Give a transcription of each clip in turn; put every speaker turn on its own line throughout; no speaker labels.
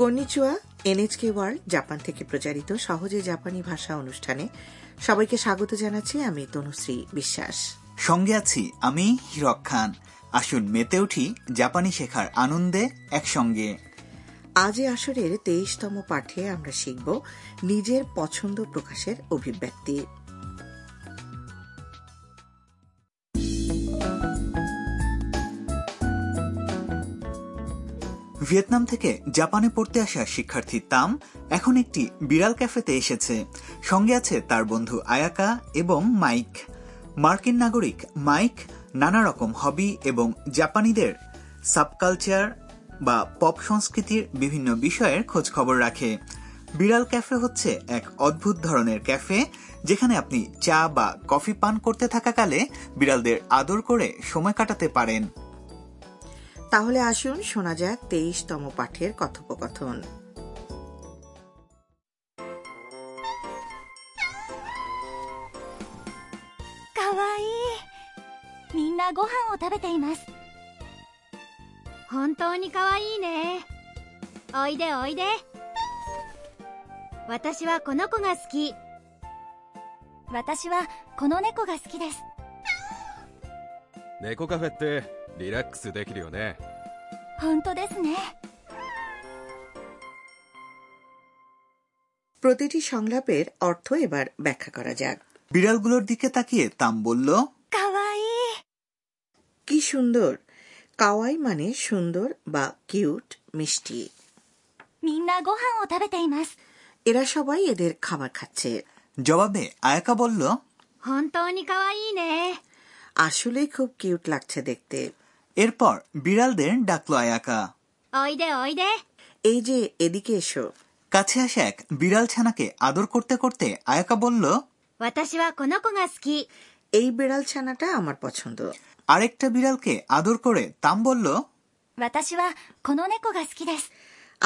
কর্নিচুয়া NHK world Japan থেকে প্রচারিত সহজে জাপানি ভাষা অনুষ্ঠানে সবাইকে স্বাগত জানাচ্ছি আমি তনুশ্রী বিশ্বাস
সঙ্গে আছি আমি হিরক খান আসুন মেতে উঠি জাপানি শেখার আনন্দে একসঙ্গে
আজ এ আসরের তেইশতম পাঠে আমরা শিখব নিজের পছন্দ প্রকাশের অভিব্যক্তি
ভিয়েতনাম থেকে জাপানে পড়তে আসা শিক্ষার্থী তাম এখন একটি বিড়াল ক্যাফেতে এসেছে সঙ্গে আছে তার বন্ধু আয়াকা এবং মাইক মার্কিন নাগরিক মাইক নানা রকম হবি এবং জাপানিদের সাবকালচার বা পপ সংস্কৃতির বিভিন্ন বিষয়ের খোঁজ খবর রাখে বিড়াল ক্যাফে হচ্ছে এক অদ্ভুত ধরনের ক্যাফে যেখানে আপনি চা বা কফি পান করতে থাকাকালে বিড়ালদের আদর করে সময় কাটাতে পারেন
তাহলে আসুন শোনা যাক তেইশতম পাঠের কথোপকথন
かわいいみんなご飯を食べています本当にかわいいねおいでおいで私はこの子が好き私はこの猫が好きです
猫カフェってリラックスできるよね
本当ですね
প্রতিটি সংলাপের অর্থ এবার ব্যাখ্যা করা যাক
বিড়ালগুলোর দিকে তাকিয়ে তাম বলল
かわ
কি সুন্দর কাওয়াই মানে সুন্দর বা কিউট মিষ্টি
いいみんなご飯を食べています
এরা সবাই এদের খাবার খাচ্ছে
জবাবে আয়াকা বলল
本当にかわいいね
আসলেই খুব কিউট লাগছে দেখতে
এরপর বিড়ালদের ডাকলো আয়াকা
おいでおいで
এই যে এদিকে এসো
কাছে আসা এক বিড়াল ছানাকে আদর করতে করতে আয়াকা বলল
私はこの子が好き
এই বিড়াল ছানাটা আমার পছন্দ
আরেকটা বিড়ালকে আদর করে তাম বলল
私はこの猫が好きです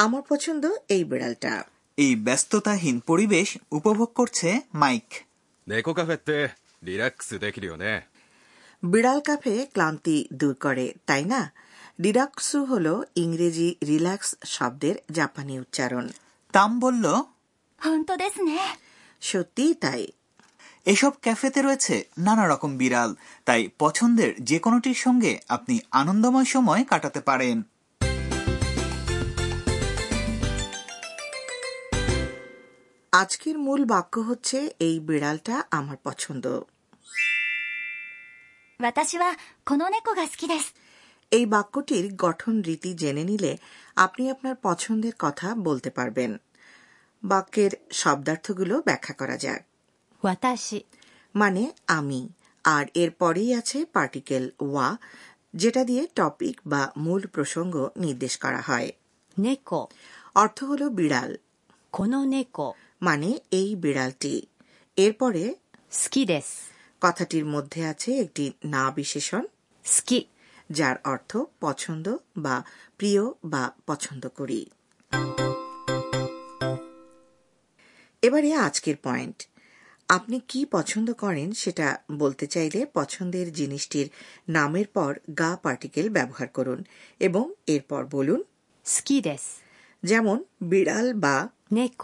আমার পছন্দ এই বিড়ালটা
এই ব্যস্ততাহীন পরিবেশ উপভোগ করছে মাইক
猫カフェってリラックスできるよね
বিড়াল কাফে ক্লান্তি দূর করে তাই না রিলাক্সু হল ইংরেজি রিল্যাক্স শব্দের জাপানি উচ্চারণ
তাম বলল
本当ですね
সত্যিই তাই
এসব ক্যাফেতে রয়েছে নানা রকম বিড়াল তাই পছন্দের যে কোনোটির সঙ্গে আপনি আনন্দময় সময় কাটাতে পারেন
আজকের মূল বাক্য হচ্ছে এই বিড়ালটা আমার পছন্দ
私はこの猫が好きです。
এই বাক্যটির গঠন রীতি জেনে নিলে আপনি আপনার পছন্দের কথা বলতে পারবেন বাক্যের শব্দার্থগুলো ব্যাখ্যা করা যাক
私
মানে আমি আর এর পরেই আছে পার্টিকেল ওয়া যেটা দিয়ে টপিক বা মূল প্রসঙ্গ নির্দেশ করা হয়
猫
অর্থ হল বিড়াল
この猫
মানে এই বিড়ালটি এরপরে
好きです。
কথাটির মধ্যে আছে একটি না বিশেষণ
好き
যার অর্থ পছন্দ বা প্রিয় বা পছন্দ করি এবারে আজকের পয়েন্ট আপনি কি পছন্দ করেন সেটা বলতে চাইলে পছন্দের জিনিসটির নামের পর গা পার্টিকেল ব্যবহার করুন এবং এরপর বলুন
好きです。
যেমন বিড়াল বা
猫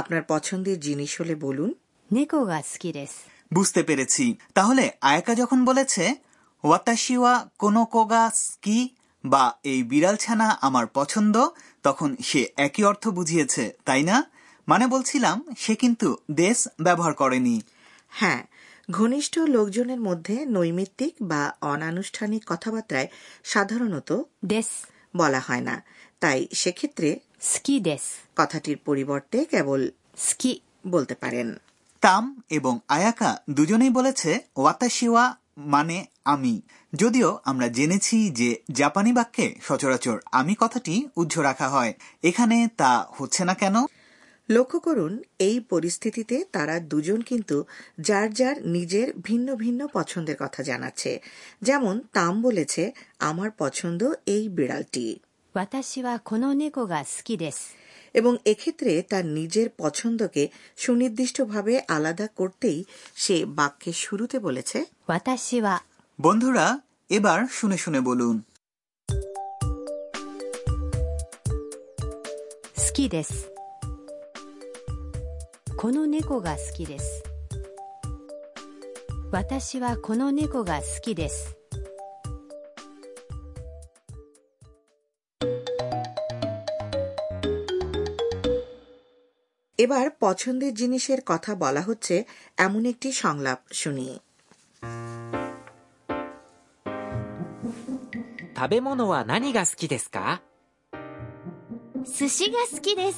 আপনার পছন্দের জিনিস হলে বলুন
猫が好きです。
বুঝতে পেরেছি তাহলে আয়াকা যখন বলেছে ওয়াতাশিওয়া কোনো কোগা স্কি বা এই বিড়াল ছানা আমার পছন্দ তখন সে একই অর্থ বুঝিয়েছে তাই না মানে বলছিলাম সে কিন্তু দেশ ব্যবহার করেনি
হ্যাঁ ঘনিষ্ঠ লোকজনের মধ্যে নৈমিত্তিক বা অনানুষ্ঠানিক কথাবার্তায় সাধারণত
です。
বলা হয় না তাই সেক্ষেত্রে
好きです。
কথাটির পরিবর্তে কেবল
好き
বলতে পারেন
তাম এবং আয়াকা দুজনেই বলেছে ওয়াতাশিওয়া মানে আমি যদিও আমরা জেনেছি যে জাপানি বাক্যে সচরাচর আমি কথাটি উজ্জ্ব রাখা হয় এখানে তা হচ্ছে না কেন
লক্ষ্য করুন এই পরিস্থিতিতে তারা দুজন কিন্তু যার যার নিজের ভিন্ন ভিন্ন পছন্দের কথা জানাচ্ছে যেমন তাম বলেছে আমার পছন্দ এই বিড়ালটি
私はこの猫が好きです。
এবং এক্ষেত্রে তার নিজের পছন্দকে সুনির্দিষ্টভাবে আলাদা করতেই সে বাক্যের শুরুতে বলেছে
私は
বন্ধুরা এবার শুনে শুনে বলুন
きですこの猫が好きです私はこの猫が好きです
এবার পছন্দের জিনিসের কথা বলা হচ্ছে এমন একটি সংলাপ শুনি
食べ物は何が好きですか
寿司が好きです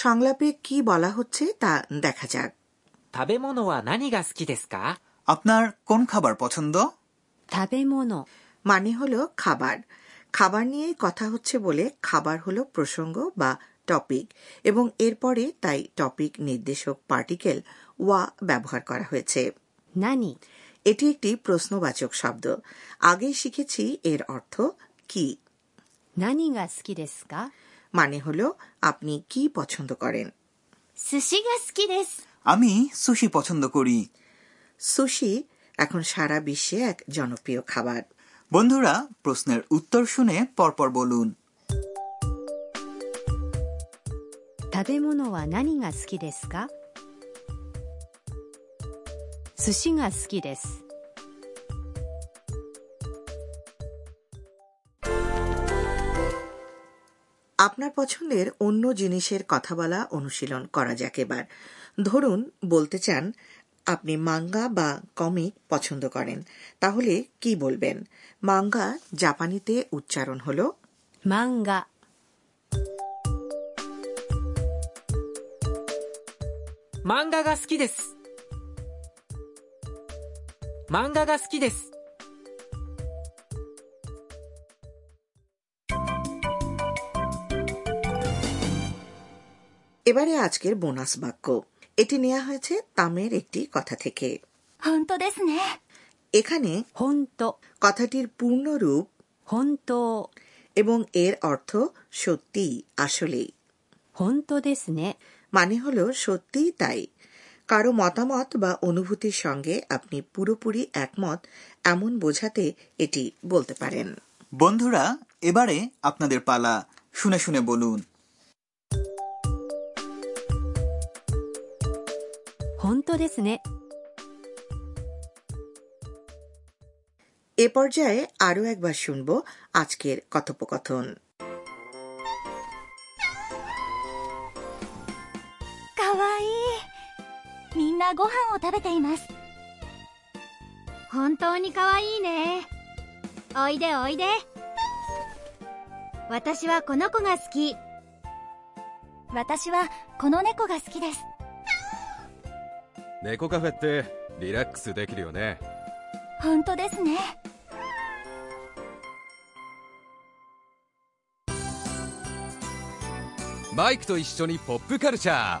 সংলাপে কি বলা হচ্ছে তা দেখা যাক
食べ物は何が好きですか
আপনার কোন খাবার পছন্দ
食べ物
মানে হলো খাবার খাবার নিয়ে কথা হচ্ছে বলে খাবার হলো প্রসঙ্গ বা টপিক এবং এরপরে তাই টপিক নির্দেশক পার্টিকেল ওয়া ব্যবহার করা হয়েছে
何
এটি একটি প্রশ্নবাচক শব্দ আগেই শিখেছি এর অর্থ কি
何が好きですか
মানে হলো আপনি কি পছন্দ করেন
寿司が好きです
আমি সুশি পছন্দ করি
সুশি এখন সারা বিশ্বে এক জনপ্রিয় খাবার
বন্ধুরা প্রশ্নের উত্তর শুনে পরপর বলুন
食べ物は何が好きですか寿司が好きです
আপনার পছন্দের অন্য জিনিসের কথা বলা অনুশীলন করা যাক এবার ধরুন বলতে চান আপনি মাঙ্গা বা কমিক পছন্দ করেন তাহলে কি বলবেন মাঙ্গা জাপানিতে উচ্চারণ হলো
漫画
漫画が好きです漫画が好きです
এবারে আজকের বোনাস বাক্য এটি নেওয়া হয়েছে তামের একটি কথা থেকে
本当ですね
এখানে
本当
কথাটির পূর্ণ রূপ
本当
এবং এর অর্থ সত্যি আসলেই
本当ですね
মানে হলো সত্যিই তাই কারো মতামত বা অনুভূতির সঙ্গে আপনি পুরোপুরি একমত এমন বোঝাতে এটি বলতে পারেন
বন্ধুরা এবারে আপনাদের পালা শুনে শুনে বলুন
本当ですね
এ পর্যায়ে আরও একবার শুনব আজকের কথোপকথন
かわいいみんなご飯を食べています本当にかわいいねおいでおいで私はこの子が好き私はこの猫が好きです
猫カフェってリラックスできるよね
本当ですね
マイクと一緒にポップカルチャー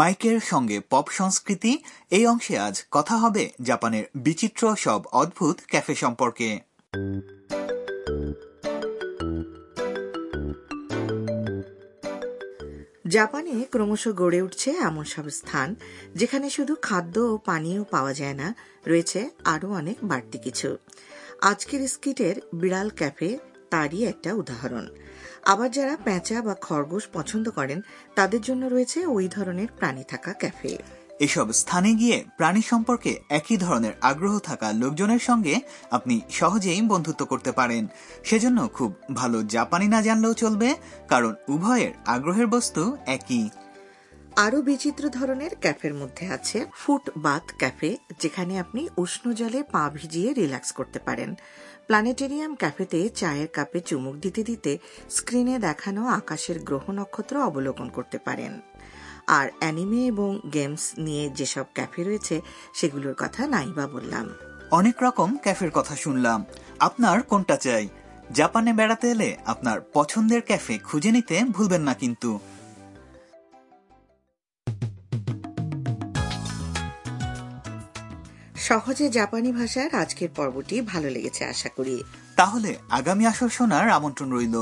মাইকের সঙ্গে পপ সংস্কৃতি এই অংশে আজ কথা হবে জাপানের বিচিত্র সব অদ্ভুত ক্যাফে সম্পর্কে
জাপানে ক্রমশ গড়ে উঠছে এমন সব স্থান যেখানে শুধু খাদ্য ও পানীয় পাওয়া যায় না রয়েছে আরও অনেক বাড়তি কিছু আজকের স্কিটের বিড়াল ক্যাফে তারই একটা উদাহরণ আবার যারা পেঁচা বা খরগোশ পছন্দ করেন তাদের জন্য রয়েছে ওই ধরনের প্রাণী থাকা ক্যাফে
এসব স্থানে গিয়ে প্রাণী সম্পর্কে একই ধরনের আগ্রহ থাকা লোকজনের সঙ্গে আপনি সহজেই বন্ধুত্ব করতে পারেন সেজন্য খুব ভালো জাপানি না জানলেও চলবে কারণ উভয়ের আগ্রহের বস্তু একই
আরও বিচিত্র ধরনের ক্যাফের মধ্যে আছে ফুট বাথ ক্যাফে যেখানে আপনি উষ্ণ জলে পা ভিজিয়ে রিল্যাক্স করতে পারেন প্ল্যানেটেরিয়াম ক্যাফেতে চায়ের কাপে চুমুক দিতে দিতে স্ক্রিনে দেখানো আকাশের গ্রহ নক্ষত্র অবলোকন করতে পারেন আর অ্যানিমে এবং গেমস নিয়ে যেসব ক্যাফে রয়েছে সেগুলোর কথা নাই বা বললাম
অনেক রকম ক্যাফের কথা শুনলাম আপনার কোনটা চাই জাপানে বেড়াতে এলে আপনার পছন্দের ক্যাফে খুঁজে নিতে ভুলবেন না কিন্তু
সহজে জাপানি ভাষার আজকের পর্বটি ভালো লেগেছে আশা করি
তাহলে আগামী আসর শোনার আমন্ত্রণ রইল